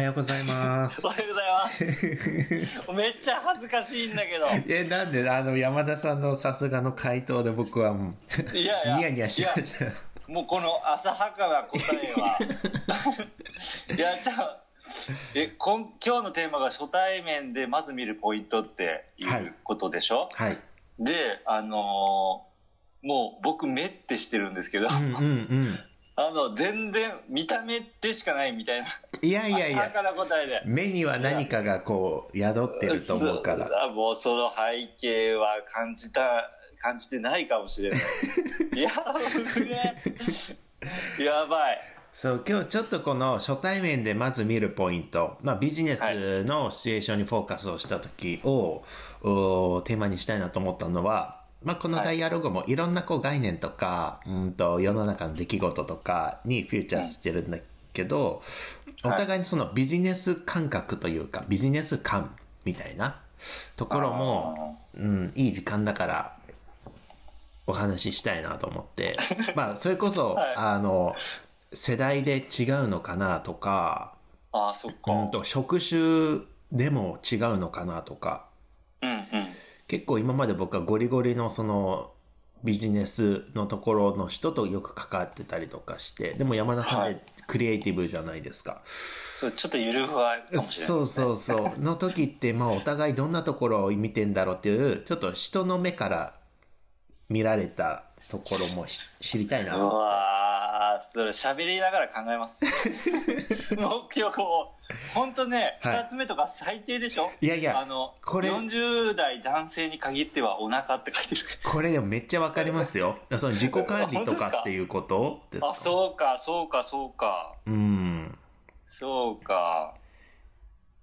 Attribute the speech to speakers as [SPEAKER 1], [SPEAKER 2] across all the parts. [SPEAKER 1] ようございます
[SPEAKER 2] お。はようございます。めっちゃ恥ずかしいんだけど。
[SPEAKER 1] え、なんで、あの、山田さんのさすがの回答で僕はもう、
[SPEAKER 2] いやいや
[SPEAKER 1] ニヤニヤしました。
[SPEAKER 2] もうこの浅はかな答え は。いや、じゃあ、え今今日のテーマが初対面でまず見るポイントってい
[SPEAKER 1] は
[SPEAKER 2] う
[SPEAKER 1] い
[SPEAKER 2] ことでしょ、
[SPEAKER 1] はい。
[SPEAKER 2] で、あのーもう僕目ってしてるんですけど、
[SPEAKER 1] うんうんうん。
[SPEAKER 2] あの、全然見た目でしかないみたいな。
[SPEAKER 1] いやいやい
[SPEAKER 2] 浅は
[SPEAKER 1] や、
[SPEAKER 2] かな答えで。
[SPEAKER 1] 目には何かがこう、宿ってると思うから。
[SPEAKER 2] そうもうその背景は感じた感じてないかもし れないいや危ねえやばい
[SPEAKER 1] そう、今日ちょっとこの初対面でまず見るポイント、まあビジネスのシチュエーションにフォーカスをした時を、おーテーマにしたいなと思ったのは、まあこのダイアログもいろんなこう概念とか、うんと世の中の出来事とかにフューチャーしてるんだけど、お
[SPEAKER 2] はい
[SPEAKER 1] 互いにそのビジネス感覚というか、ビジネス感みたいなところも、うん、いい時間だから、お話ししたいなと思 って。まあ、それこそ、
[SPEAKER 2] はい
[SPEAKER 1] あの、世代で違うのかなとか、
[SPEAKER 2] あーそっか
[SPEAKER 1] うんと、職種でも違うのかなとか、
[SPEAKER 2] うんうん
[SPEAKER 1] 結構今まで僕はゴリゴリのその、ビジネスのところの人とよく関わってたりとかして、でも山田さん
[SPEAKER 2] は
[SPEAKER 1] っ
[SPEAKER 2] い
[SPEAKER 1] てクリエイティブじゃないですか。
[SPEAKER 2] そうちょっとゆるふわかもしれない
[SPEAKER 1] そうそうそう。の時って、まあお互いどんなところを見てんだろうっていう、ちょっと人の目から見られたところもし知りたいうな。
[SPEAKER 2] わーそれ喋りながら考えま すもう今日こう本当ね、
[SPEAKER 1] はい
[SPEAKER 2] 2つ目とか最低でしょ
[SPEAKER 1] いやい
[SPEAKER 2] あ
[SPEAKER 1] や、
[SPEAKER 2] の
[SPEAKER 1] これ
[SPEAKER 2] 40代男性に限ってはお腹って書いてる
[SPEAKER 1] これでもめっちゃわかりますよ。その自己管理とかっていうこと ですか
[SPEAKER 2] あそうかそうかそうか
[SPEAKER 1] うん。
[SPEAKER 2] そうか。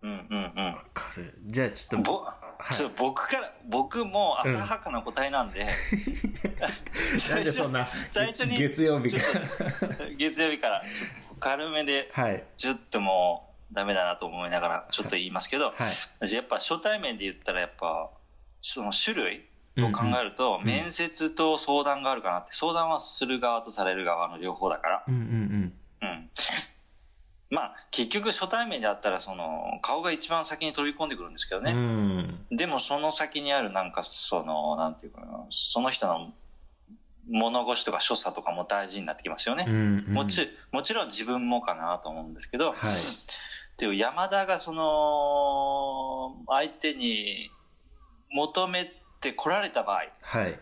[SPEAKER 2] うんうん
[SPEAKER 1] わかる。じゃあち
[SPEAKER 2] う
[SPEAKER 1] ょっ
[SPEAKER 2] ん。
[SPEAKER 1] と、
[SPEAKER 2] ぼ、
[SPEAKER 1] い
[SPEAKER 2] ちょっと僕から、僕も浅はかな答えなんで。
[SPEAKER 1] なん
[SPEAKER 2] 最
[SPEAKER 1] で
[SPEAKER 2] 初
[SPEAKER 1] そんな、
[SPEAKER 2] 最初に
[SPEAKER 1] 月曜日
[SPEAKER 2] ちょ
[SPEAKER 1] か
[SPEAKER 2] っと月曜日から、ちょっと軽めで、
[SPEAKER 1] ら。はい。
[SPEAKER 2] ちょっともうダメだなと思いながら、ちょっと言いますけど、
[SPEAKER 1] はい。
[SPEAKER 2] やっぱ初対面で言ったら、やっぱ、その種類
[SPEAKER 1] うんう
[SPEAKER 2] を
[SPEAKER 1] ん
[SPEAKER 2] 考えると、
[SPEAKER 1] ん
[SPEAKER 2] 面接と相談があるかなって、相談はする側とされる側の両方だから、
[SPEAKER 1] うんうん
[SPEAKER 2] うん。まあ、結局初対面であったら、その、顔が一番先に取り込んでくるんですけど
[SPEAKER 1] うん。う
[SPEAKER 2] ね。
[SPEAKER 1] ん。
[SPEAKER 2] でも、その先にある、なんか、その、なんていうかな、その人の物腰とか所作とかも大事になってきますよ
[SPEAKER 1] う
[SPEAKER 2] ね。
[SPEAKER 1] んうん。
[SPEAKER 2] もち、もちろん自分もかなと思うんですけど、
[SPEAKER 1] はい。
[SPEAKER 2] でも山田がその、相手に求めて来られた場合
[SPEAKER 1] はい。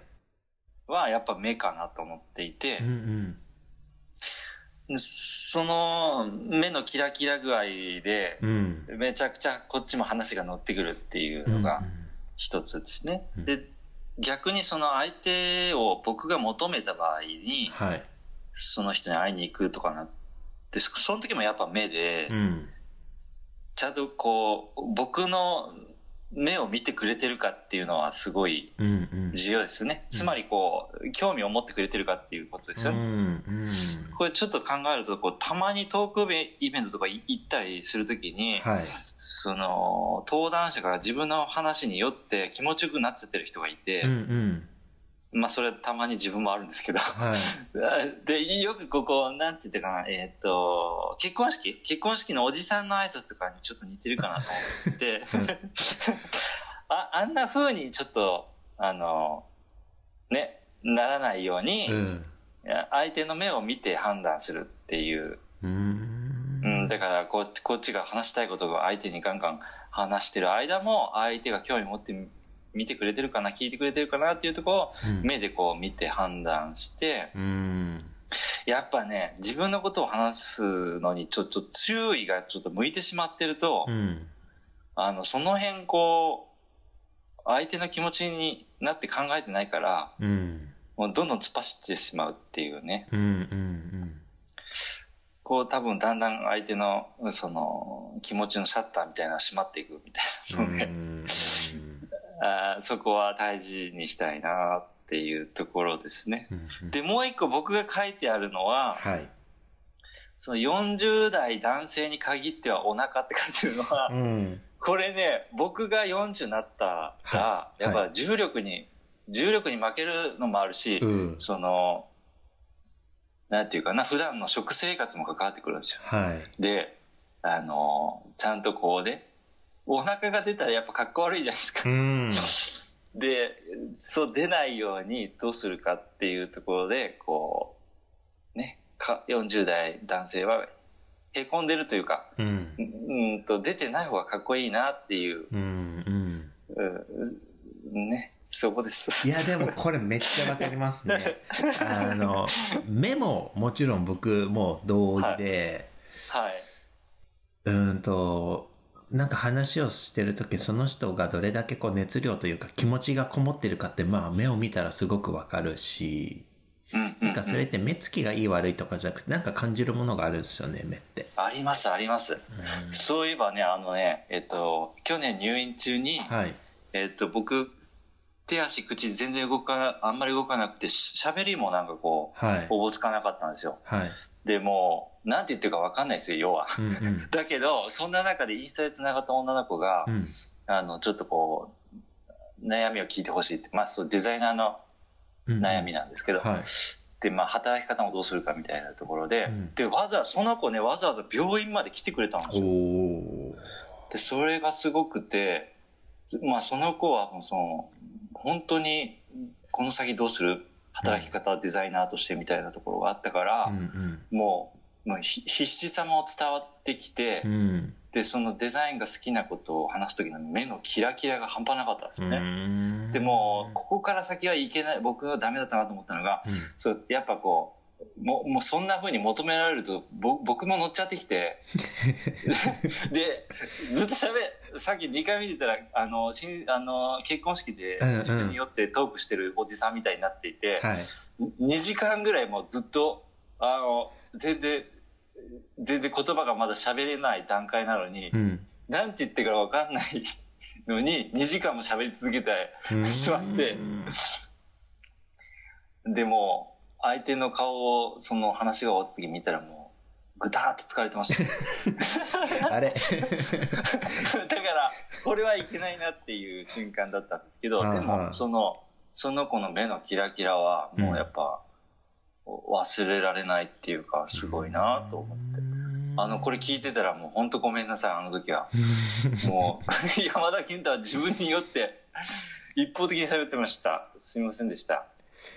[SPEAKER 2] は、やっぱ目かなと思っていて、
[SPEAKER 1] うんうん。
[SPEAKER 2] その目のキラキラ具合で、
[SPEAKER 1] うん。
[SPEAKER 2] めちゃくちゃこっちも話が乗ってくるっていうのが一つですね。
[SPEAKER 1] うん
[SPEAKER 2] で、逆にその相手を僕が求めた場合
[SPEAKER 1] うん
[SPEAKER 2] に、
[SPEAKER 1] はい。
[SPEAKER 2] その人に会いに行くとかなって、そその時もやっぱ目で
[SPEAKER 1] う、ん。
[SPEAKER 2] ちゃんとこう、僕の目を見てくれてるかっていうのはすごい
[SPEAKER 1] うんうん。
[SPEAKER 2] 重要ですよね。
[SPEAKER 1] うん
[SPEAKER 2] つまりこう、興味を持ってくれてるかっていうことですよね。
[SPEAKER 1] うんうん。
[SPEAKER 2] これちょっと考えると、こう、たまにトークイベントとかい行ったりするときに、
[SPEAKER 1] はい。
[SPEAKER 2] その、登壇者が自分の話によって気持ちよくなっちゃってる人がいて
[SPEAKER 1] うん、うん。
[SPEAKER 2] まあそれはたまに自分もあるんですけど、
[SPEAKER 1] はい。
[SPEAKER 2] で、よくここ、なんて言ってかな、えーっと、結婚式結婚式のおじさんの挨拶とかにちょっと似てるかなと 思って、ああんな風にちょっと、あの、ね、ならないように、
[SPEAKER 1] うん。
[SPEAKER 2] 相手の目を見て判断するっていう、
[SPEAKER 1] う
[SPEAKER 2] うんん、だからここっちが話したいことが相手にガンガン話してる間も相手が興味持ってみ見てくれてるかな聞いてくれてるかなっていうところを目でこう見て判断して
[SPEAKER 1] うん。
[SPEAKER 2] やっぱね自分のことを話すのにちょっと注意がちょっと向いてしまってると、
[SPEAKER 1] うん。
[SPEAKER 2] あのその辺こう相手の気持ちになって考えてないから
[SPEAKER 1] うん。
[SPEAKER 2] もうどんどん突っ走ってしまうっていうね
[SPEAKER 1] うん。うん。
[SPEAKER 2] こう多分だんだん相手のその気持ちのシャッターみたいなのが閉まっていくみたいなので、あーそこは大事にしたいなっていうところですね。で、もう一個僕が書いてあるのは、
[SPEAKER 1] はい。
[SPEAKER 2] その40代男性に限ってはお腹って書いてるのは、
[SPEAKER 1] うん。
[SPEAKER 2] これね、僕が40になったら
[SPEAKER 1] は、い
[SPEAKER 2] やっぱ重力に、重力に負けるのもあるし、
[SPEAKER 1] うん。
[SPEAKER 2] その、なんていうかな、普段の食生活も関わってくるんですよ。
[SPEAKER 1] はい。
[SPEAKER 2] で、ああの、ちゃんとこうね、お腹が出たらやっぱかっこ悪いじゃないですか。
[SPEAKER 1] うん。
[SPEAKER 2] で、そう出ないようにどうするかっていうところで、こう、ね、か40代男性は、へこんでるというか、
[SPEAKER 1] うん
[SPEAKER 2] う。んと出てない方がかっこいいなっていう、
[SPEAKER 1] うん。うん。
[SPEAKER 2] うんね、そこです。
[SPEAKER 1] いや、でもこれめっちゃわかりますね。あの、目ももちろん僕も同意で、
[SPEAKER 2] はい。
[SPEAKER 1] うーんと、なんか話をしてるとき、その人がどれだけこう熱量というか気持ちがこもってるかって、まあ目を見たらすごくわかるし、
[SPEAKER 2] うんうん、
[SPEAKER 1] なんかそれって目つきがいい悪いとかじゃなくて、なんか感じるものがあるんですよね、目って。
[SPEAKER 2] あります、あります。
[SPEAKER 1] うん
[SPEAKER 2] そういえばね、あのね、えっと、去年入院中に、
[SPEAKER 1] はい。
[SPEAKER 2] えっと、僕、手足、口全然動かな、あんまり動かなくて、し喋りもなんかこう、
[SPEAKER 1] はい。
[SPEAKER 2] おぼつかなかったんですよ。
[SPEAKER 1] はい。
[SPEAKER 2] でもう、なんて言ってるかわかんないですよ、要は。
[SPEAKER 1] うんうん。
[SPEAKER 2] だけど、そんな中でインスタで繋がった女の子が、
[SPEAKER 1] うん。
[SPEAKER 2] あの、ちょっとこう、悩みを聞いてほしいって、まあ、そう、デザイナーの
[SPEAKER 1] うん
[SPEAKER 2] 悩みなんですけど、
[SPEAKER 1] はい。
[SPEAKER 2] で、まあ、働き方もどうするかみたいなところで、
[SPEAKER 1] うん
[SPEAKER 2] で、わざわざ、その子ね、わざわざ病院まで来てくれたんですよ
[SPEAKER 1] お。お
[SPEAKER 2] でそれがすごくて、まあ、その子はもうその本当にこの先どうする働き方デザイナーとしてみたいなところがあったから
[SPEAKER 1] ー。う、ん
[SPEAKER 2] もうもうひ必死さも伝わってきて、
[SPEAKER 1] うん。うん。
[SPEAKER 2] でそのデザインが好きなことを話す時の目のキラキラが半端なかったんですよね。
[SPEAKER 1] ね
[SPEAKER 2] でもうここから先はいけない僕はダメだったなと思ったのがそうやっぱこうももうそんな風に求められるとぼ僕も乗っちゃって きてででずっとしゃべさっき2回見てたらあのしあの結婚式で
[SPEAKER 1] うんうん
[SPEAKER 2] 自分に酔ってトークしてるおじさんみたいになっていて、
[SPEAKER 1] はい。
[SPEAKER 2] 2時間ぐらいもうずっとあの全然全然言葉がまだ喋れない段階なのに、
[SPEAKER 1] うん。
[SPEAKER 2] なんて言ってから分かんないのに2時間も喋り続けたい。しまって
[SPEAKER 1] うん
[SPEAKER 2] でも、相手の顔を、その話が終わった時見たらもう、ぐたーっと疲れて ました。
[SPEAKER 1] あれ
[SPEAKER 2] だから、これはいけないなっていう瞬間だったんですけど、
[SPEAKER 1] はい
[SPEAKER 2] で
[SPEAKER 1] はい
[SPEAKER 2] も、その、その子の目のキラキラは、もうやっぱ、忘れられないっていうか、すごいなと思って。あの、これ聞いてたらもう本当ごめんなさい、あの時は。もう、 山田健太は自分に酔って、一方的に喋ってました。すいませんでした。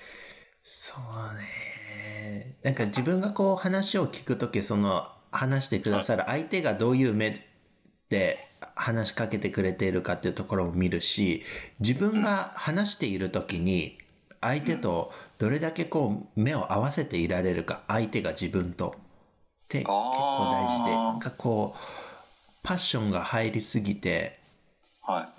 [SPEAKER 1] そうね。なんか自分がこう話を聞くとき、その話してくださる相手がどういう目で話しかけてくれているかっていうところも見るし、自分が話しているときに相手とどれだけこう目を合わせていられるか、相手が自分と。って結構大事で、
[SPEAKER 2] あー
[SPEAKER 1] なんかこう、パッションが入りすぎて、
[SPEAKER 2] は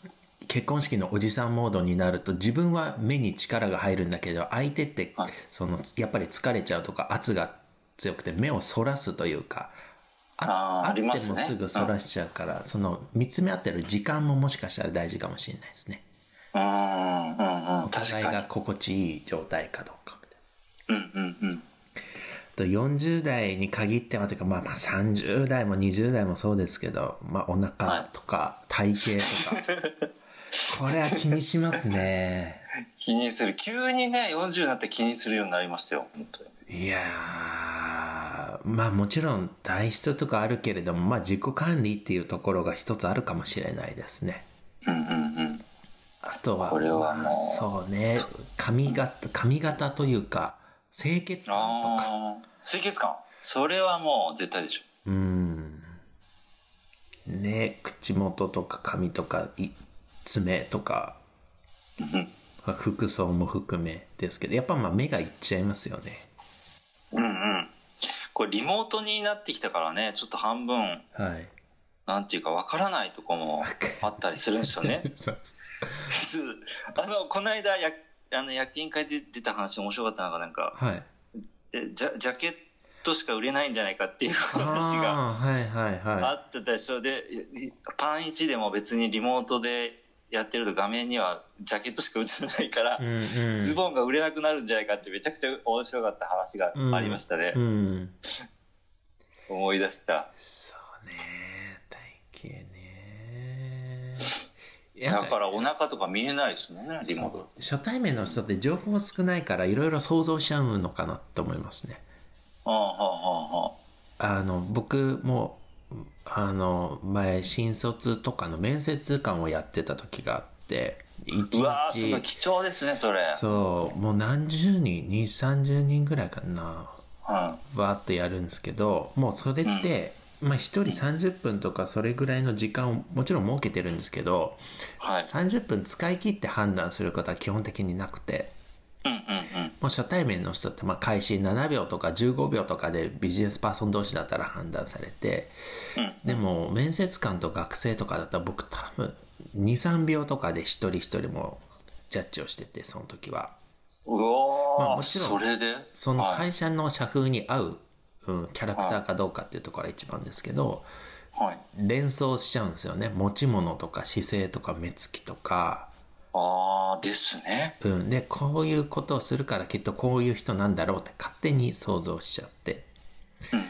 [SPEAKER 2] い。
[SPEAKER 1] 結婚式のおじさんモードになると自分は目に力が入るんだけど相手って
[SPEAKER 2] はい
[SPEAKER 1] そのやっぱり疲れちゃうとか圧が強くて目を反らすというかあ
[SPEAKER 2] あー
[SPEAKER 1] あ
[SPEAKER 2] あ
[SPEAKER 1] って
[SPEAKER 2] り
[SPEAKER 1] も
[SPEAKER 2] ますね
[SPEAKER 1] すぐ反らしちゃうから、その見つめ合ってる時間ももしかしたら大事かもしれないですね
[SPEAKER 2] うん、うん、う
[SPEAKER 1] お
[SPEAKER 2] ん。確
[SPEAKER 1] 互い
[SPEAKER 2] かに
[SPEAKER 1] が。心地いい状態かどうかみたいな
[SPEAKER 2] うん、うん、うん。
[SPEAKER 1] あと40代に限ってはというか、まあ、まあ30代も20代もそうですけど、まあ、お腹とか体型とか、 これは気にしますね
[SPEAKER 2] 気にする急にね40になって気にするようになりましたよ本当に
[SPEAKER 1] いやー、まあもちろん体質とかあるけれども、まあ自己管理っていうところが一つあるかもしれないですね。
[SPEAKER 2] うんうんうん
[SPEAKER 1] あとは、
[SPEAKER 2] これはもう
[SPEAKER 1] まあそうね、髪型、髪型というか、清潔感とか、
[SPEAKER 2] ああ清潔感それはもう絶対でしょ
[SPEAKER 1] うん。ね、口元とか髪とか、い爪とか、
[SPEAKER 2] うん
[SPEAKER 1] 服装も含めですけど、やっぱまあ目がいっちゃいますよね。
[SPEAKER 2] うんうんこれリモートになってきたからねちょっと半分
[SPEAKER 1] はい。
[SPEAKER 2] なんていうかわからないとこもあったりするんですよ ね
[SPEAKER 1] そう
[SPEAKER 2] そうあのこの間やあの役員会で出た話面白かったのがなんか
[SPEAKER 1] はい。
[SPEAKER 2] えジャジャケットしか売れないんじゃないかっていう話が
[SPEAKER 1] ああー、はいはいはい。
[SPEAKER 2] あってたでしょでいいパン1でも別にリモートでやってると画面にはジャケットしか映らないから、
[SPEAKER 1] うんうん、
[SPEAKER 2] ズボンが売れなくなるんじゃないかってめちゃくちゃ面白かった話がありましたね、
[SPEAKER 1] うん。
[SPEAKER 2] 思い出した
[SPEAKER 1] そうね。体型ね。、
[SPEAKER 2] だかららお腹とか見えないですもんねリモート
[SPEAKER 1] 初対面の人って情報少ないから、いろいろ想像しちゃうのかなと思いますね。
[SPEAKER 2] はあはあは
[SPEAKER 1] あの、僕も、あの、前、新卒とかの面接官をやってた時があって、一
[SPEAKER 2] うわー、すごい
[SPEAKER 1] 日、
[SPEAKER 2] 貴重ですね、それ。
[SPEAKER 1] そう、もう何十人、二三十人ぐらいかな、
[SPEAKER 2] うん。
[SPEAKER 1] バーってやるんですけど、もうそれって、まあ一人30分とかそれぐらいの時間をもちろん設けてるんですけど、
[SPEAKER 2] はい。
[SPEAKER 1] 30分使い切って判断することは基本的になくて、
[SPEAKER 2] うんうんうん。
[SPEAKER 1] もう初対面の人ってまあ開始7秒とか15秒とかでビジネスパーソン同士だったら判断されて、
[SPEAKER 2] うん
[SPEAKER 1] でも面接官と学生とかだったら僕多分23秒とかで一人一人もジャッジをしててその時は
[SPEAKER 2] うおー、
[SPEAKER 1] まあもちろん
[SPEAKER 2] それで
[SPEAKER 1] その
[SPEAKER 2] はい
[SPEAKER 1] 会社の社風に合う、うん、キャラクターかどうかっていうところが一番ですけど
[SPEAKER 2] はい。
[SPEAKER 1] 連想しちゃうんですよね持ち物とか姿勢とか目つきとか、
[SPEAKER 2] あー、ですね。
[SPEAKER 1] うん、でこういうことをするからきっとこういう人なんだろうって勝手に想像しちゃって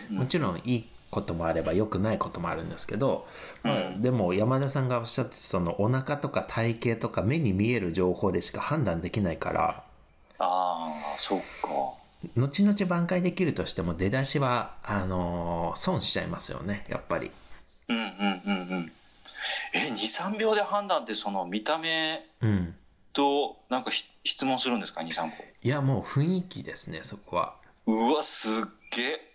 [SPEAKER 2] うんう
[SPEAKER 1] も
[SPEAKER 2] ん。
[SPEAKER 1] ちろんいいこともあれば良くないこともあるんですけど、まあ
[SPEAKER 2] う、ん
[SPEAKER 1] でも山田さんがおっしゃってたそのお腹とか体型とか目に見える情報でしか判断できないから
[SPEAKER 2] あー、そっか。
[SPEAKER 1] 後々挽回できるとしても出だしはあのー損しちゃいますよねやっぱり。
[SPEAKER 2] うんうんうんうん。え、2、3秒で判断ってその見た目
[SPEAKER 1] うん、
[SPEAKER 2] となんかひ質問するんですか ?2、3
[SPEAKER 1] いやもう雰囲気ですねそこは。
[SPEAKER 2] 個。うわ、すっげえ。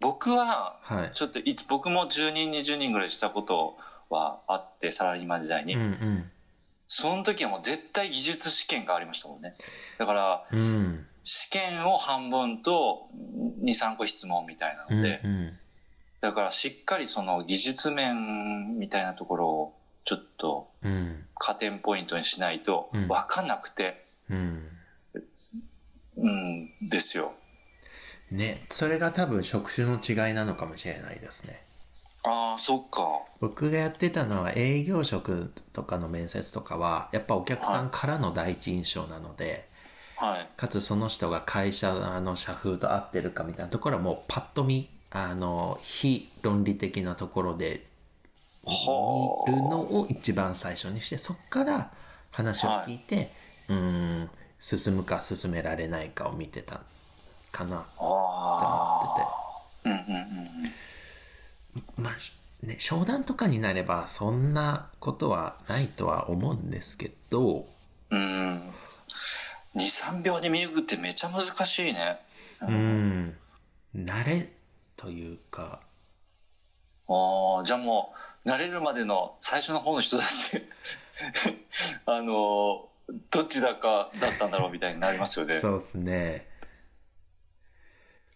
[SPEAKER 2] 僕は、
[SPEAKER 1] はい
[SPEAKER 2] ちょっといつ、僕も10人、20人ぐらいしたことはあって、サラリーマン時代に。
[SPEAKER 1] うん
[SPEAKER 2] その時はもう絶対技術試験がありましたもんね。だから、
[SPEAKER 1] うんうん
[SPEAKER 2] 試験を半分と2、3個質問みたいな
[SPEAKER 1] う
[SPEAKER 2] の
[SPEAKER 1] ん
[SPEAKER 2] で、
[SPEAKER 1] うん
[SPEAKER 2] だからしっかりその技術面みたいなところをちょっと
[SPEAKER 1] うん
[SPEAKER 2] 加点ポイントにしないと
[SPEAKER 1] うん
[SPEAKER 2] 分かんなくて、
[SPEAKER 1] うん
[SPEAKER 2] うん、ですよ。
[SPEAKER 1] ねそれが多分職種の違いなのかもしれないですね。
[SPEAKER 2] ああ、そっか。
[SPEAKER 1] 僕がやってたのは営業職とかの面接とかはやっぱお客さんからの第一印象なので、
[SPEAKER 2] はい。
[SPEAKER 1] かつその人が会社の社風と合ってるかみたいなところはもうパッと見あの非論理的なところで
[SPEAKER 2] はあ
[SPEAKER 1] 見るのを一番最初にしてそこから話を聞いて、うーん進むか進められないかを見てたかな
[SPEAKER 2] あ
[SPEAKER 1] って
[SPEAKER 2] あ。うんうんうんうん。
[SPEAKER 1] まあしね、商談とかになればそんなことはないとは思うんですけど
[SPEAKER 2] うん。2、3秒で見抜くってめちゃ難しいね。
[SPEAKER 1] うん慣れというか
[SPEAKER 2] ああ、じゃあもう、慣れるまでの最初の方の人だって、 あのー、どっちだかだったんだろうみたいになりますよね。
[SPEAKER 1] そうですね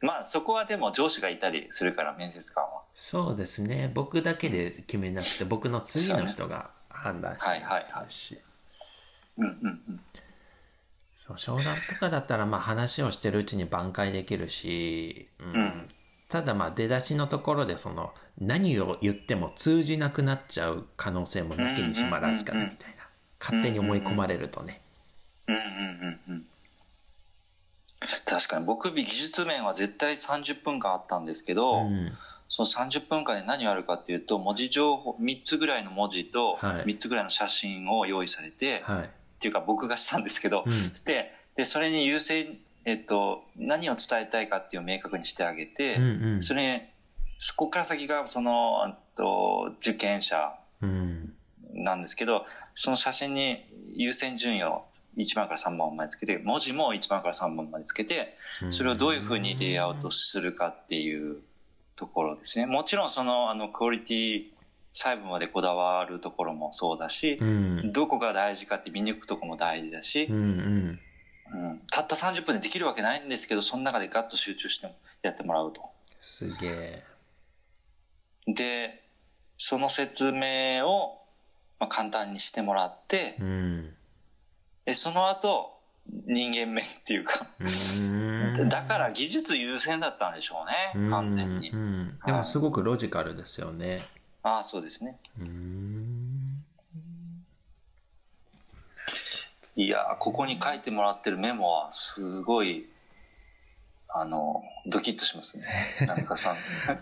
[SPEAKER 2] まあそこはでも上司がいたりするから面接官は。
[SPEAKER 1] そうですね僕だけで決めなくて僕の次の人が判断して
[SPEAKER 2] はいはい
[SPEAKER 1] ま
[SPEAKER 2] はい
[SPEAKER 1] すし
[SPEAKER 2] うんうんうん。
[SPEAKER 1] そう商談とかだったらまあ話をしてるうちに挽回できるし、うん
[SPEAKER 2] ん
[SPEAKER 1] ただまあ出だしのところでその何を言っても通じなくなっちゃう可能性もなきにしもあらずかなみたいな勝手に思い込まれるとね。
[SPEAKER 2] うんうんうんうん。確かに僕技術面は絶対30分間あったんですけど、
[SPEAKER 1] うん
[SPEAKER 2] その30分間で何をやるかっていうと文字情報3つぐらいの文字と
[SPEAKER 1] はい
[SPEAKER 2] 3つぐらいの写真を用意されて、っ
[SPEAKER 1] はい。
[SPEAKER 2] ていうか僕がしたんですけど、
[SPEAKER 1] うん
[SPEAKER 2] ででそれに優先、えっと、何を伝えたいかっていうのを明確にしてあげて、
[SPEAKER 1] うんうん
[SPEAKER 2] それそこから先がそのあと受験者
[SPEAKER 1] うん
[SPEAKER 2] なんですけど、その写真に優先順位を1番から3番までつけて、文字も1番から3番までつけて、それをどういうふうにレイアウトするかっていうところですね。もちろんその、あの、クオリティ細部までこだわるところもそうだし
[SPEAKER 1] う、ん
[SPEAKER 2] どこが大事かって見抜くとこも大事だし
[SPEAKER 1] うんう、ん
[SPEAKER 2] うんたった30分でできるわけないんですけど、その中でガッと集中してやってもらうと。
[SPEAKER 1] すげえ。
[SPEAKER 2] で、その説明を、まあ、簡単にしてもらって、
[SPEAKER 1] うん
[SPEAKER 2] でその後人間面っていうか、
[SPEAKER 1] うん
[SPEAKER 2] だから技術優先だったんでしょう
[SPEAKER 1] うん
[SPEAKER 2] ね完全に、
[SPEAKER 1] うんでもすごくロジカルですよね。
[SPEAKER 2] ああそうですね
[SPEAKER 1] うん
[SPEAKER 2] いやーここに書いてもらってるメモはすごいあのドキッとしま すねなんかさん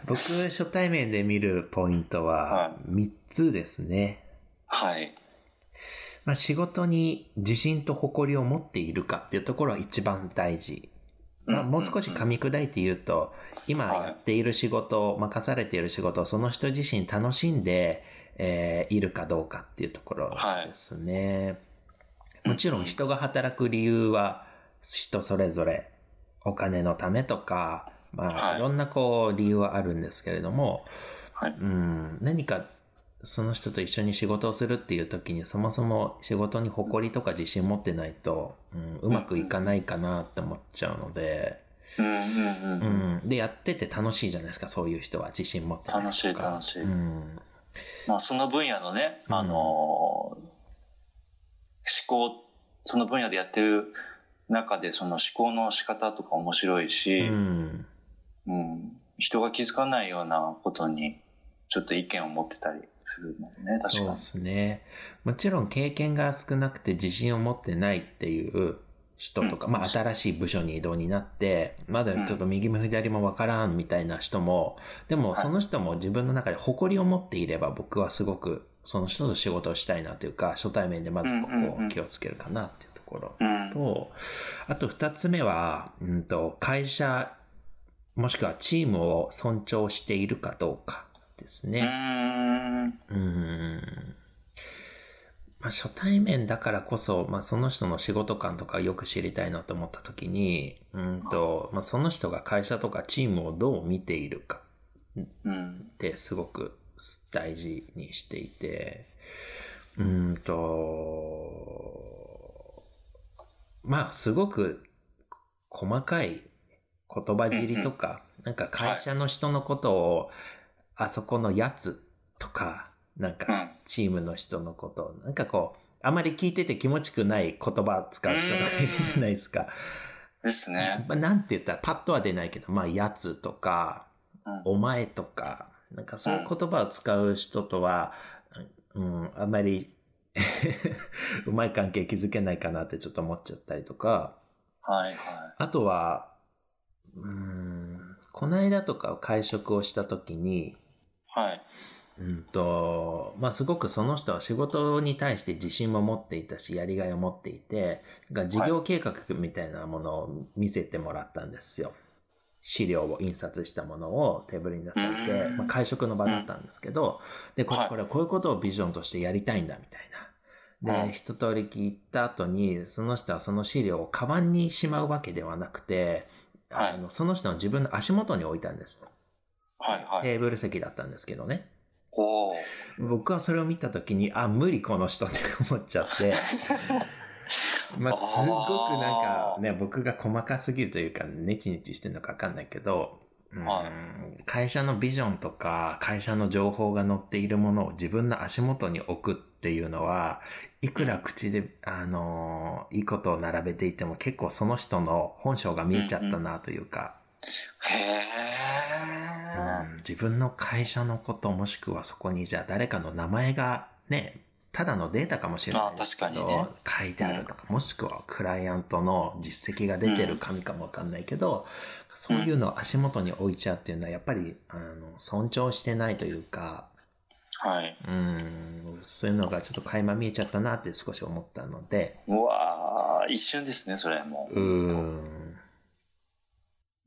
[SPEAKER 1] 僕初対面で見るポイントは
[SPEAKER 2] は
[SPEAKER 1] 3つですね、
[SPEAKER 2] はい
[SPEAKER 1] まあ、仕事に自信と誇りを持っているかっていうところは一番大事
[SPEAKER 2] う
[SPEAKER 1] まあ、もう少し噛み砕いて言うと、今やっている仕事、任されている仕事をその人自身楽しんで、えーいるかどうかっていうところですね。もちろん人が働く理由は人それぞれお金のためとか、ま
[SPEAKER 2] は
[SPEAKER 1] あ、
[SPEAKER 2] い
[SPEAKER 1] いろんなこう理由はあるんですけれども、
[SPEAKER 2] はい
[SPEAKER 1] うん、何かその人と一緒に仕事をするっていう時にそもそも仕事に誇りとか自信持ってないと、うん、うまくいかないかなって思っちゃうので、
[SPEAKER 2] うんうんうん
[SPEAKER 1] う
[SPEAKER 2] うん。
[SPEAKER 1] ん、でやってて楽しいじゃないですかそういう人は自信持ってたりとか
[SPEAKER 2] 楽しい楽しい
[SPEAKER 1] うん
[SPEAKER 2] まあその分野のね、
[SPEAKER 1] うん
[SPEAKER 2] あのー思考、その分野でやってる中でその思考の仕方とか面白いし、
[SPEAKER 1] うん
[SPEAKER 2] うん、人が気づかないようなことにちょっと意見を持ってたりするのでね、確
[SPEAKER 1] そうで
[SPEAKER 2] かに。
[SPEAKER 1] すね。もちろん経験が少なくて自信を持ってないっていう人とか、
[SPEAKER 2] うん
[SPEAKER 1] まあ新しい部署に異動になって、まだちょっと右も左もわからんみたいな人も、でも
[SPEAKER 2] はい
[SPEAKER 1] その人も自分の中で誇りを持っていれば僕はすごくその人と仕事をしたいなというか、初対面でまずこ
[SPEAKER 2] うんうん
[SPEAKER 1] こを
[SPEAKER 2] うん
[SPEAKER 1] 気をつけるかなっていうところ
[SPEAKER 2] うん。
[SPEAKER 1] と、あと二つ目は、うんと、会社、もしくはチームを尊重しているかどうかですね。
[SPEAKER 2] うーん。
[SPEAKER 1] うーんまあ、初対面だからこそ、まあ、その人の仕事感とかよく知りたいなと思った時に、うんと、まあ、その人が会社とかチームをどう見ているか
[SPEAKER 2] うん
[SPEAKER 1] っ。てすごく大事にしていて、うんと、まあすごく細かい言葉尻とか、なんか会社の人のことを、あそこのやつとか、なん
[SPEAKER 2] う
[SPEAKER 1] か
[SPEAKER 2] ん。
[SPEAKER 1] チームの人のことを、なんかこう、あまり聞いてて気持ちくない言葉使う人とかいるじゃないですか。
[SPEAKER 2] ですね。
[SPEAKER 1] まあ、なんて言ったらパッとは出ないけど、まあ、やつとか、
[SPEAKER 2] うん
[SPEAKER 1] お前とか、なんかそういう言葉を使う人とは、うん、あんまり、 うまい関係築けないかなってちょっと思っちゃったりとか、
[SPEAKER 2] はいはい。
[SPEAKER 1] あとは、うん、この間とか会食をした時に、
[SPEAKER 2] はい。
[SPEAKER 1] うんと、まあ、すごくその人は仕事に対して自信も持っていたし、やりがいを持っていて、が事業計画みたいなものを見せてもらったんですよ。資料を印刷したものをテーブルに出されて、
[SPEAKER 2] うん
[SPEAKER 1] まあ、会食の場だったんですけど、で、これ、
[SPEAKER 2] はい
[SPEAKER 1] これ、こういうことをビジョンとしてやりたいんだ、みたいな。で、
[SPEAKER 2] うん
[SPEAKER 1] 一通り聞いた後に、その人はその資料をカバンにしまうわけではなくて、
[SPEAKER 2] はい
[SPEAKER 1] あのその人の自分の足元に置いたんです。
[SPEAKER 2] はいはい。
[SPEAKER 1] テーブル席だったんですけどね。
[SPEAKER 2] おー。
[SPEAKER 1] 僕はそれを見た時にあ無理この人って思っちゃってまあすごくなんかね僕が細かすぎるというかネチネチしてるのか分かんないけど、うん
[SPEAKER 2] は
[SPEAKER 1] 会社のビジョンとか会社の情報が載っているものを自分の足元に置くっていうのはいくら口で、あのーいいことを並べていても結構その人の本性が見えちゃったなというか。
[SPEAKER 2] へ
[SPEAKER 1] うん自分の会社のこともしくはそこにじゃあ誰かの名前がねただのデータかもしれないですけ
[SPEAKER 2] あ確かに
[SPEAKER 1] ど
[SPEAKER 2] ね
[SPEAKER 1] 書いてあるとか、もしくはクライアントの実績が出てる紙かもわかんないけど、そういうのを足元に置いちゃうっていうのはやっぱりあの尊重してないというか、
[SPEAKER 2] ー。はい。
[SPEAKER 1] うん、そういうのがちょっと垣間見えちゃったなって少し思ったので、
[SPEAKER 2] うわー、一瞬ですね、それもう。
[SPEAKER 1] うーん。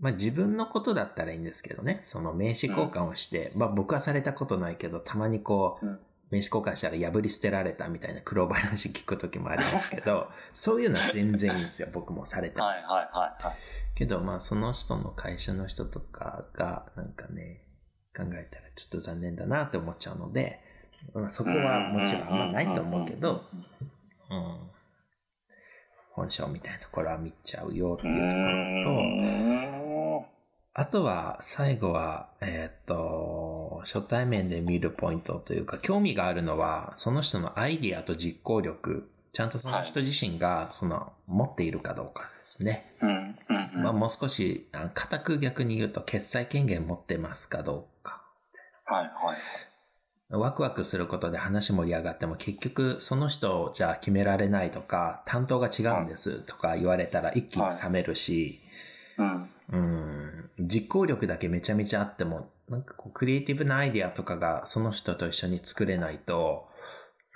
[SPEAKER 1] まあ自分のことだったらいいんですけどね、その名刺交換をして、まあ僕はされたことないけど、たまにこう、
[SPEAKER 2] うん
[SPEAKER 1] 名刺交換したら破り捨てられたみたいな苦労話聞く時もありますけど、そういうのは全然いいんですよ、僕もされても
[SPEAKER 2] はいはいはいはい。
[SPEAKER 1] けどまあその人の会社の人とかが、なんかね、考えたらちょっと残念だなって思っちゃうので、まあ、そこはもちろんあんまないと思うけど、うん、本性みたいなところは見ちゃうよって
[SPEAKER 2] う
[SPEAKER 1] い
[SPEAKER 2] ん。
[SPEAKER 1] うところと、
[SPEAKER 2] うん
[SPEAKER 1] あとは、最後は、えーっと、初対面で見るポイントというか、興味があるのは、その人のアイディアと実行力、ちゃんとその人自身が、その、持っているかどうかですね。
[SPEAKER 2] うんうんうん
[SPEAKER 1] まあ、もう少し、あ固く逆に言うと、決済権限持ってますかどうか。
[SPEAKER 2] はいはい。
[SPEAKER 1] ワクワクすることで話盛り上がっても結局その人をじゃあ決められないとか担当が違うんですとか言われたら一気に冷めるし、
[SPEAKER 2] うん。
[SPEAKER 1] うん実行力だけめちゃめちゃあっても、なんかこう、クリエイティブなアイディアとかがその人と一緒に作れないと、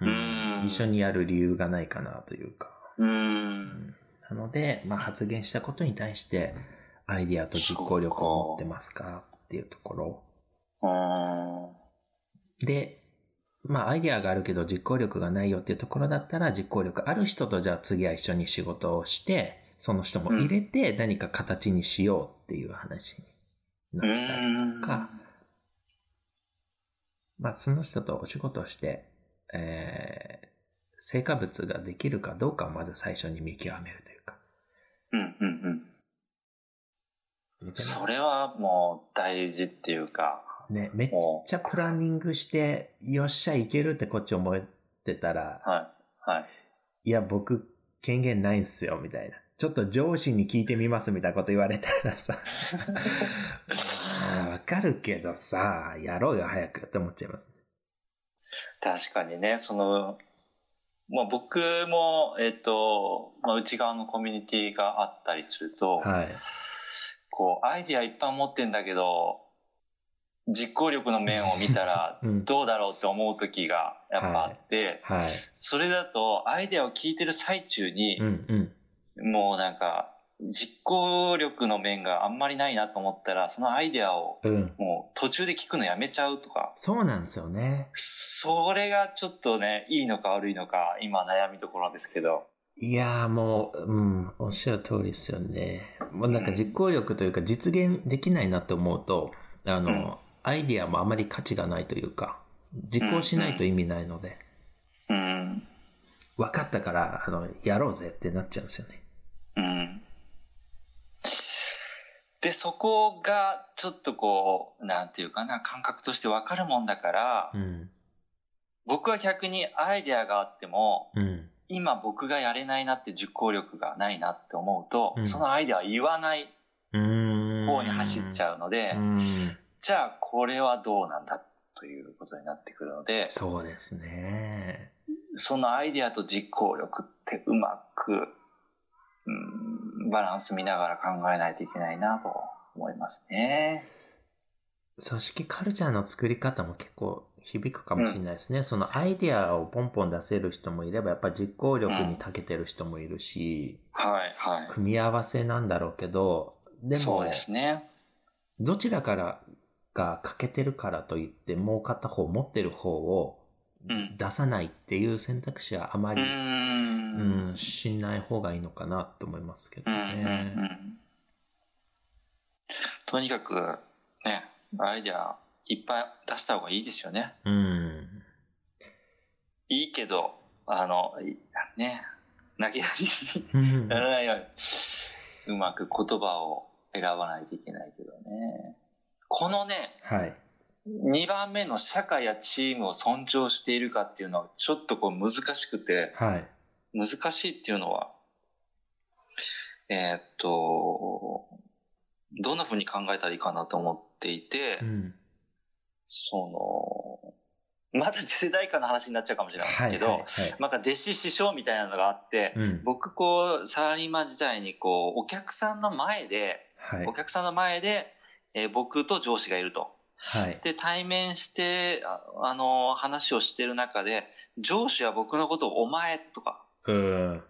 [SPEAKER 2] うん
[SPEAKER 1] 一緒にやる理由がないかなというか。
[SPEAKER 2] う。
[SPEAKER 1] うんんなので、まあ、発言したことに対して、アイディアと実行力を持ってますかっていうところ。
[SPEAKER 2] うん。
[SPEAKER 1] で、まあアイディアがあるけど実行力がないよっていうところだったら実行力ある人とじゃあ次は一緒に仕事をして、その人も入れて何か形にしようっていう話に
[SPEAKER 2] う
[SPEAKER 1] なったり
[SPEAKER 2] ん。
[SPEAKER 1] かまあその人とお仕事をして、えー、成果物ができるかどうかをまず最初に見極めるというか。
[SPEAKER 2] うんうんうん。それはもう大事っていうか、
[SPEAKER 1] ね、めっちゃプランニングして、よっしゃ、いけるってこっち思ってたら、
[SPEAKER 2] はい。はい。
[SPEAKER 1] いや、僕、権限ないんすよ、みたいな。ちょっと上司に聞いてみます、みたいなこと言われたらさ、まあわかるけどさ、やろうよ、早くって思っちゃいます。
[SPEAKER 2] 確かにね、その、まあ僕も、えっと、まあ内側のコミュニティがあったりすると、
[SPEAKER 1] はい。、
[SPEAKER 2] こう、アイディアいっぱい持ってんだけど、実行力の面を見たら
[SPEAKER 1] うん。
[SPEAKER 2] どうだろうって思う時がやっぱあって、
[SPEAKER 1] はい。
[SPEAKER 2] それだと、アイディアを聞いてる最中に
[SPEAKER 1] う、んうん。
[SPEAKER 2] もうなんか、実行力の面があんまりないなと思ったら、そのアイディアを
[SPEAKER 1] うん。
[SPEAKER 2] もう途中で聞くのやめちゃうとか、
[SPEAKER 1] そうなんですよね。
[SPEAKER 2] それがちょっとね、いいのか悪いのか、今悩みどころですけど。
[SPEAKER 1] いやーもう、うん、おっしゃる通りですよね。もうなんか実行力というか実現できないなって思うと、あの、
[SPEAKER 2] うん
[SPEAKER 1] アイディアもあまり価値がないというか、実行しないと意味ないので、
[SPEAKER 2] うん。
[SPEAKER 1] 分かったから、あの、やろうぜってなっちゃうんですよね。
[SPEAKER 2] うん。で、そこがちょっとこう、なんていうかな、感覚としてわかるもんだから、
[SPEAKER 1] うん、
[SPEAKER 2] 僕は逆にアイデアがあっても、
[SPEAKER 1] うん、
[SPEAKER 2] 今僕がやれないなって実行力がないなって思うと、
[SPEAKER 1] うん
[SPEAKER 2] そのアイデアは言わないう
[SPEAKER 1] ーん。
[SPEAKER 2] 方に走っち
[SPEAKER 1] ゃ
[SPEAKER 2] ゃうので、
[SPEAKER 1] うん、
[SPEAKER 2] じゃあこれはどうなんだということになってくるので、
[SPEAKER 1] そうですね。
[SPEAKER 2] そのアイデアと実行力ってうまく、うん、バランス見ながら考えないといけないなと思いますね。
[SPEAKER 1] 組織カルチャーの作り方も結構響くかもしれないですね。そのアイディアをポンポン出せる人もいれば、やっぱ実行力に長けてる人もいるし、
[SPEAKER 2] はい、はい。
[SPEAKER 1] 組み合わせなんだろうけど、で
[SPEAKER 2] そう
[SPEAKER 1] も、
[SPEAKER 2] ですね。
[SPEAKER 1] どちらからが欠けてるからといって、もう片方持ってる方を
[SPEAKER 2] うん
[SPEAKER 1] 出さないっていう選択肢はあま
[SPEAKER 2] う
[SPEAKER 1] り、
[SPEAKER 2] ん。う
[SPEAKER 1] うん
[SPEAKER 2] ん、
[SPEAKER 1] しない方がいいのかなと思いますけ
[SPEAKER 2] う
[SPEAKER 1] ど
[SPEAKER 2] ん、う
[SPEAKER 1] ね。
[SPEAKER 2] ん。とにかく、ね、アイデアいっぱい出した方がいいですよね。
[SPEAKER 1] うん。
[SPEAKER 2] いいけど、あの、いね、投げやりに
[SPEAKER 1] うん
[SPEAKER 2] ならないように、うまく言葉を選ばないといけないけどね。このね、
[SPEAKER 1] はい。
[SPEAKER 2] 2番目の社会やチームを尊重しているかっていうのは、ちょっとこう難しくて、
[SPEAKER 1] はい。
[SPEAKER 2] 難しいっていうのは、えーっと、どんな風に考えたらいいかなと思っていて、
[SPEAKER 1] うん。
[SPEAKER 2] その、また世代間の話になっちゃうかもしれないです
[SPEAKER 1] はい。
[SPEAKER 2] けど、
[SPEAKER 1] はい。
[SPEAKER 2] なんか弟子師匠みたいなのがあって、
[SPEAKER 1] うん。
[SPEAKER 2] 僕こう、サラリーマン時代にこう、お客さんの前で、
[SPEAKER 1] はい
[SPEAKER 2] お。客さんの前で、えー僕と上司がいると。
[SPEAKER 1] はい。
[SPEAKER 2] で、対面して、ああのー話をしてる中で、上司は僕のことをお前とか
[SPEAKER 1] うん。
[SPEAKER 2] っ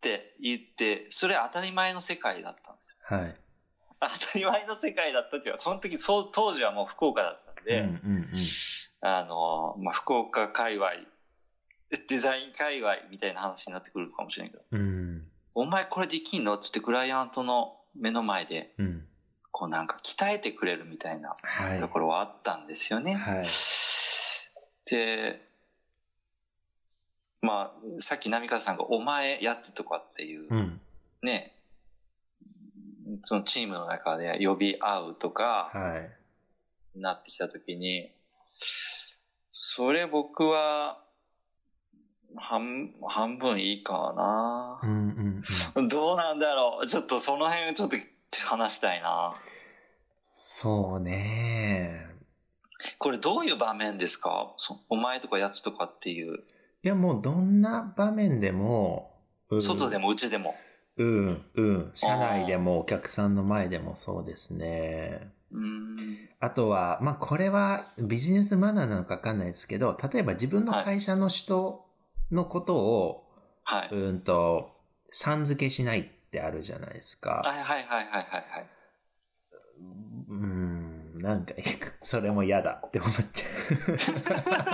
[SPEAKER 2] て言って、それは当たり前の世界だったんですよ。
[SPEAKER 1] はい。
[SPEAKER 2] あ当たり前の世界だったっていうか、その時、そう、当時はもう福岡だったん
[SPEAKER 1] うん。
[SPEAKER 2] で、
[SPEAKER 1] うん。
[SPEAKER 2] あのーまあ、福岡界隈、デザイン界隈みたいな話になってくるかもしれないけど、
[SPEAKER 1] うん。
[SPEAKER 2] お前これできんのって言ってクライアントの目の前で、
[SPEAKER 1] うん。
[SPEAKER 2] こうなんか鍛えてくれるみたいな
[SPEAKER 1] はい。
[SPEAKER 2] ところはあったんですよね。
[SPEAKER 1] はい。
[SPEAKER 2] で、まあ、さっき波川さんがお前やつとかっていう
[SPEAKER 1] うん。
[SPEAKER 2] ね、そのチームの中で呼び合うとか
[SPEAKER 1] はい。
[SPEAKER 2] なってきたときに、それ僕は、半、半分いいかな
[SPEAKER 1] う。ん。うん。
[SPEAKER 2] どうなんだろうちょっとその辺ちょっと話したいな。
[SPEAKER 1] そうね。
[SPEAKER 2] これどういう場面ですかそお前とかやつとかっていう。
[SPEAKER 1] いや、もうどんな場面でも、
[SPEAKER 2] 外で
[SPEAKER 1] も。
[SPEAKER 2] もうちでも。
[SPEAKER 1] うん。うん。社内でもお客さんの前でもそうですね。
[SPEAKER 2] うーん。
[SPEAKER 1] あとは、まあ、これはビジネスマナーなのかわかんないですけど、例えば自分の会社の人のことを、
[SPEAKER 2] はい。
[SPEAKER 1] うーんと、さん付けしないってあるじゃないですか。
[SPEAKER 2] はいはいはいはいはいはい。
[SPEAKER 1] なんか、 それも嫌だって思っちゃ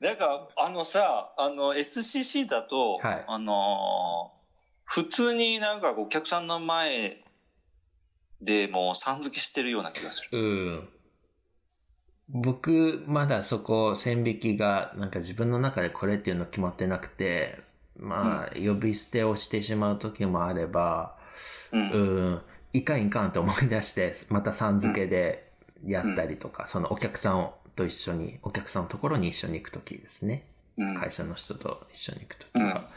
[SPEAKER 2] なんか、あのさ、あの、SCC だと、
[SPEAKER 1] はい
[SPEAKER 2] あのー普通になんかお客さんの前でもうさん付けしてるような気がする。
[SPEAKER 1] う。うん。僕、まだそこ、線引きが、なんか自分の中でこれっていうの決まってなくて、まあ、呼び捨てをしてしまう時もあれば、
[SPEAKER 2] う。
[SPEAKER 1] うんん、いかんいかんと思い出して、またさん付けでやったりとか、そのお客さんを、と一緒に、お客さんのところに一緒に行く時ですね。
[SPEAKER 2] うん。
[SPEAKER 1] 会社の人と一緒に行くときは。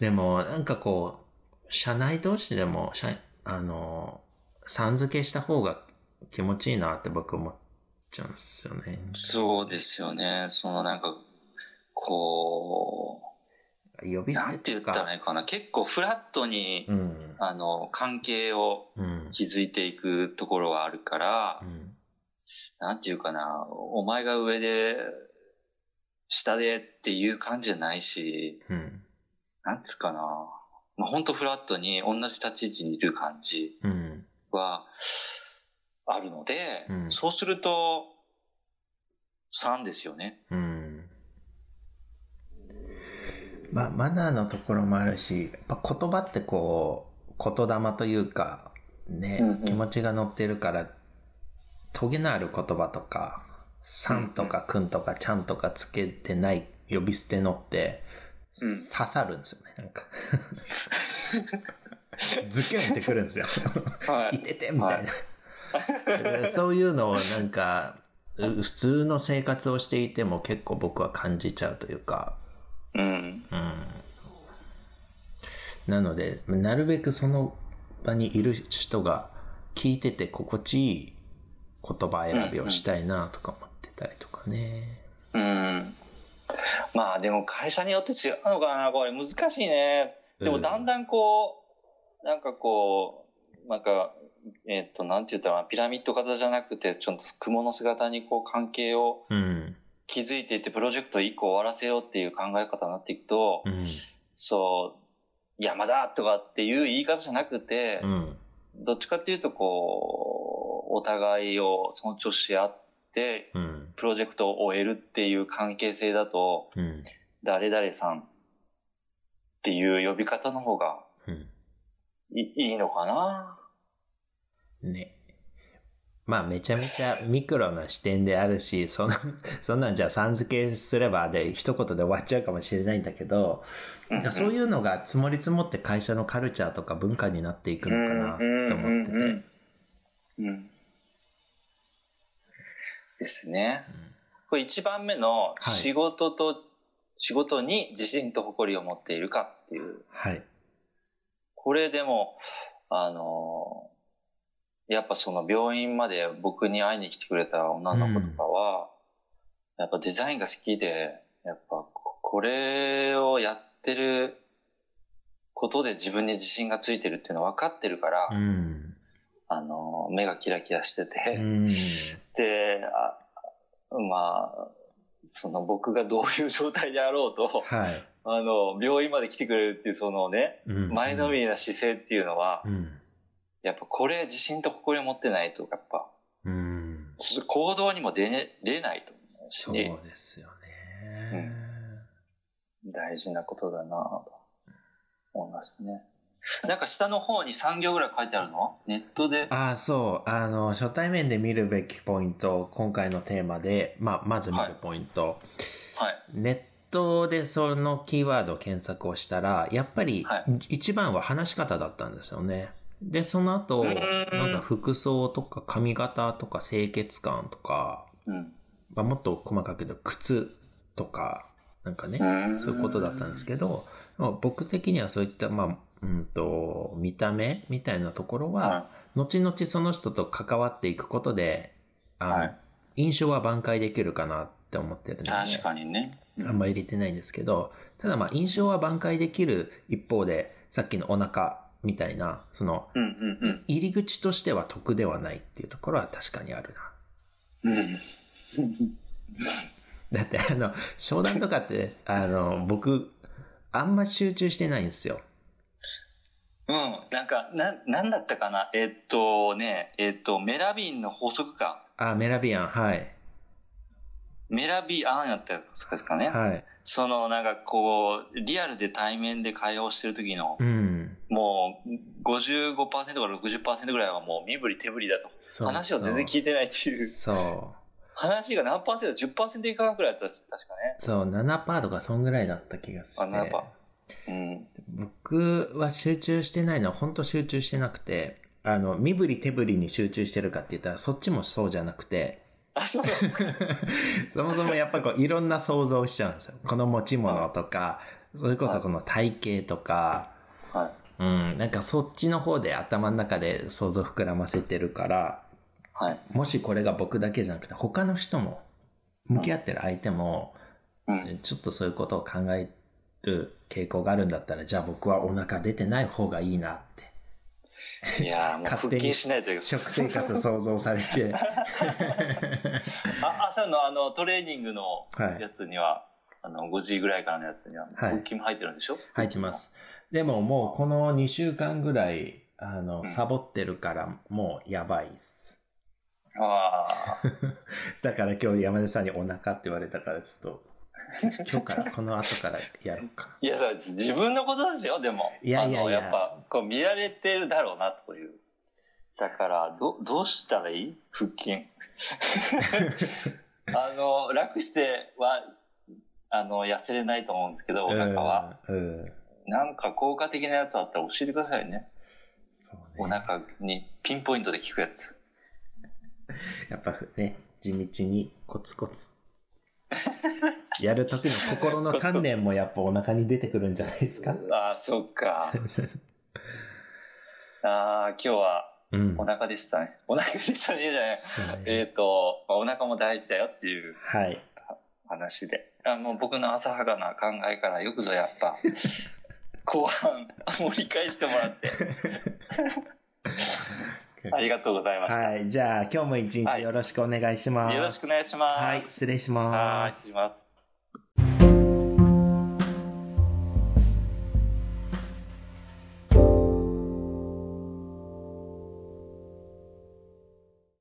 [SPEAKER 1] でも、なんかこう、社内同士でも、社、あの、さん付けした方が気持ちいいなって僕思っちゃうんですよね。
[SPEAKER 2] そうですよね。そのなんか、こ
[SPEAKER 1] 呼
[SPEAKER 2] う、
[SPEAKER 1] び捨
[SPEAKER 2] な
[SPEAKER 1] てっ
[SPEAKER 2] ん
[SPEAKER 1] て
[SPEAKER 2] て
[SPEAKER 1] いう
[SPEAKER 2] 言ったら
[SPEAKER 1] か。
[SPEAKER 2] いいかな。結構フラットに、
[SPEAKER 1] うん。
[SPEAKER 2] あの、関係を
[SPEAKER 1] うん。
[SPEAKER 2] 築いていくところはあるから、
[SPEAKER 1] うん。
[SPEAKER 2] なんていうかな、お前が上で、下でっていう感じじゃないし、
[SPEAKER 1] うん。
[SPEAKER 2] なんつうかな。まあ、ほんとフラットに同じ立ち位置にいる感じ
[SPEAKER 1] うん。
[SPEAKER 2] はあるので、
[SPEAKER 1] うん
[SPEAKER 2] そうすると、3ですよね。
[SPEAKER 1] うん。まあ、マナーのところもあるし、やっぱ言葉ってこう、言霊というか、ね、
[SPEAKER 2] うんうん
[SPEAKER 1] 気持ちが乗ってるから、トゲのある言葉とか、さんとかくんとかちゃんとかつけてない呼び捨てのって、
[SPEAKER 2] うん
[SPEAKER 1] 刺さるんですよね、なん か。ズキュンってくるんですよ。
[SPEAKER 2] はい
[SPEAKER 1] ててみたいな、 そういうのをなんかう普通の生活をしていても結構僕は感じちゃうというか、
[SPEAKER 2] うん。
[SPEAKER 1] うん、なのでなるべくその場にいる人が聞いてて心地いい言葉選びをしたいなとか思ってたりとかね、
[SPEAKER 2] うん。まあでも会社によって違うのかな、これ難しいね。でもだんだんこう、なんかこう、なんか、えっ、と、なんて言ったらいいのかな、ピラミッド型じゃなくて、ちょっと雲の姿にこう関係を
[SPEAKER 1] うん
[SPEAKER 2] 気づいていってプロジェクト1個終わらせようっていう考え方になっていくと、
[SPEAKER 1] うん
[SPEAKER 2] そう、山だとかっていう言い方じゃなくて、
[SPEAKER 1] うん
[SPEAKER 2] どっちかっていうとこう、お互いを尊重し合って、
[SPEAKER 1] うん
[SPEAKER 2] プロジェクトを終えるっていう関係性だと、
[SPEAKER 1] うん
[SPEAKER 2] 誰々さんっていう呼び方の方が
[SPEAKER 1] うん
[SPEAKER 2] いいいのかな
[SPEAKER 1] ね。まあめちゃめちゃミクロな視点であるし、 その、そんなんじゃさん付けすればで一言で終わっちゃうかもしれないんだけど、なんかそういうのが積もり積もって会社のカルチャーとか文化になっていくのかなと思って
[SPEAKER 2] うんうんうん
[SPEAKER 1] て。
[SPEAKER 2] うんうんですね。これ1番目の
[SPEAKER 1] はい
[SPEAKER 2] 仕事と、仕事に自信と誇りを持っているかっていう。
[SPEAKER 1] はい。
[SPEAKER 2] これでも、あのーやっぱその病院まで僕に会いに来てくれた女の子とかは、やっぱデザインが好きで、やっぱここれをやってることで自分に自信がついてるっていうの分かってるから、
[SPEAKER 1] うん。
[SPEAKER 2] あのー目がキラキラしてて、
[SPEAKER 1] うん。
[SPEAKER 2] で、あまあ、その僕がどういう状態であろうと、
[SPEAKER 1] はい。
[SPEAKER 2] あの、病院まで来てくれるっていうそのね、
[SPEAKER 1] うん
[SPEAKER 2] 前のめりな姿勢っていうのは
[SPEAKER 1] う、ん。
[SPEAKER 2] やっぱこれ自信と誇りを持ってないと、やっぱ、
[SPEAKER 1] うん。
[SPEAKER 2] 行動にも出ねれないと思うし
[SPEAKER 1] そう、ですよね。
[SPEAKER 2] 大事なことだなと思いますね。なんか下の方に3行ぐらい書いてあるのネットで。
[SPEAKER 1] ああ、そう。あの、初対面で見るべきポイント、今回のテーマで、まあ、まず見るポイント。
[SPEAKER 2] はい。
[SPEAKER 1] ネットでそのキーワードを検索をしたら、やっぱり
[SPEAKER 2] はい
[SPEAKER 1] 一番は話し方だったんですよね。で、その後、
[SPEAKER 2] う
[SPEAKER 1] なん
[SPEAKER 2] ん
[SPEAKER 1] か服装とか髪型とか清潔感とか、
[SPEAKER 2] うん。
[SPEAKER 1] まあ、もっと細かく言うと靴とか、なんかね、そういうことだったんですけど、まあ僕的にはそういった、まあ、うんと、見た目みたいなところは、
[SPEAKER 2] は
[SPEAKER 1] 後々その人と関わっていくことで、あの
[SPEAKER 2] はい
[SPEAKER 1] 印象は挽回できるかなって思ってるん
[SPEAKER 2] い。
[SPEAKER 1] で、ね。
[SPEAKER 2] 確かにね。
[SPEAKER 1] あんま入れてないんですけど、ただまあ印象は挽回できる一方で、さっきのお腹みたいな、その、
[SPEAKER 2] うんうん
[SPEAKER 1] 入り口としては得ではないっていうところは確かにある
[SPEAKER 2] うん。うん。
[SPEAKER 1] な。だってあの、商談とかって、あの、僕、あんま集中してないんですよ。
[SPEAKER 2] うん、なんか、な、なんだったかなえっとね、えっと、メラビンの法則か。
[SPEAKER 1] あ、メラビアン、はい。
[SPEAKER 2] メラビアンやったんですかね、
[SPEAKER 1] はい。
[SPEAKER 2] その、なんかこう、リアルで対面で会話をしてる時の、
[SPEAKER 1] うん。
[SPEAKER 2] もう、55%から60%ぐらいはもう身振り手振りだと。
[SPEAKER 1] そう
[SPEAKER 2] 話を全然聞いてないっていう。
[SPEAKER 1] そう。
[SPEAKER 2] 話が何パーセント ?10% 以下ぐらいだったんです、確か
[SPEAKER 1] そう、7%とかそんぐらいだった気がして。
[SPEAKER 2] あ7%ね。
[SPEAKER 1] 僕は集中してないのは本当集中してなくて、あの、身振り手振りに集中してるかって言ったらそっちもそうじゃなくて、
[SPEAKER 2] うん。あ、そうなんですか。
[SPEAKER 1] そもそもやっぱこういろんな想像しちゃうんですよ。この持ち物とか、それこそこの体型とか、
[SPEAKER 2] はい。
[SPEAKER 1] うん、なんかそっちの方で頭の中で想像膨らませてるから、
[SPEAKER 2] はい。
[SPEAKER 1] もしこれが僕だけじゃなくて他の人も、向き合ってる相手も、
[SPEAKER 2] うん。
[SPEAKER 1] ちょっとそういうことを考える傾向があるんだったら、じゃあ僕はお腹出てない方がいいなって。
[SPEAKER 2] いやーもう
[SPEAKER 1] 勝
[SPEAKER 2] 腹
[SPEAKER 1] 手に
[SPEAKER 2] 筋しないというか
[SPEAKER 1] 食生活を想像されて。
[SPEAKER 2] あ朝のあのトレーニングの
[SPEAKER 1] はい
[SPEAKER 2] や。つには、あの5時ぐらいからのやつには
[SPEAKER 1] はい
[SPEAKER 2] 腹筋も入ってるんでしょ、
[SPEAKER 1] 入ってます。でももうこの2週間ぐらい、あの、
[SPEAKER 2] ん
[SPEAKER 1] サボってるから、もうやばいっす。
[SPEAKER 2] ああ
[SPEAKER 1] だから今日山根さんにお腹って言われたから、ちょっ と、今日から、この後からやろうか
[SPEAKER 2] いやそうです自分のことですよでも
[SPEAKER 1] いやいやいや
[SPEAKER 2] あのやっぱこう見られてるだろうなというだからどどうしたらいい腹 筋あの楽してはあの痩せれないと思うんですけどお
[SPEAKER 1] な。
[SPEAKER 2] 腹は、
[SPEAKER 1] うん。うん。
[SPEAKER 2] なんか効果的なやつあったら教えてくださいね
[SPEAKER 1] そうね。
[SPEAKER 2] お腹にピンポイントで効くやつ
[SPEAKER 1] やっぱね、地道にコツコ ツ。やる時の心の鍛錬もやっぱお腹に出てくるんじゃないです か
[SPEAKER 2] ああ、そっか。ああ、今日は
[SPEAKER 1] うん
[SPEAKER 2] お。腹でしたね。お腹でしたね、じゃない。
[SPEAKER 1] そうね
[SPEAKER 2] えっ、と、まあお腹も大事だよっていう
[SPEAKER 1] はい。
[SPEAKER 2] 話で。あの、僕の浅はかな考えからよくぞやっ ぱ、後半、盛り返してもらって、ありがとうございました。
[SPEAKER 1] はい。じゃあ、今日も一日よろしくお願いします。
[SPEAKER 2] よろしくお願いします。
[SPEAKER 1] はい。失礼し
[SPEAKER 2] は
[SPEAKER 1] ま
[SPEAKER 2] い、
[SPEAKER 1] す
[SPEAKER 2] 失礼し。ます。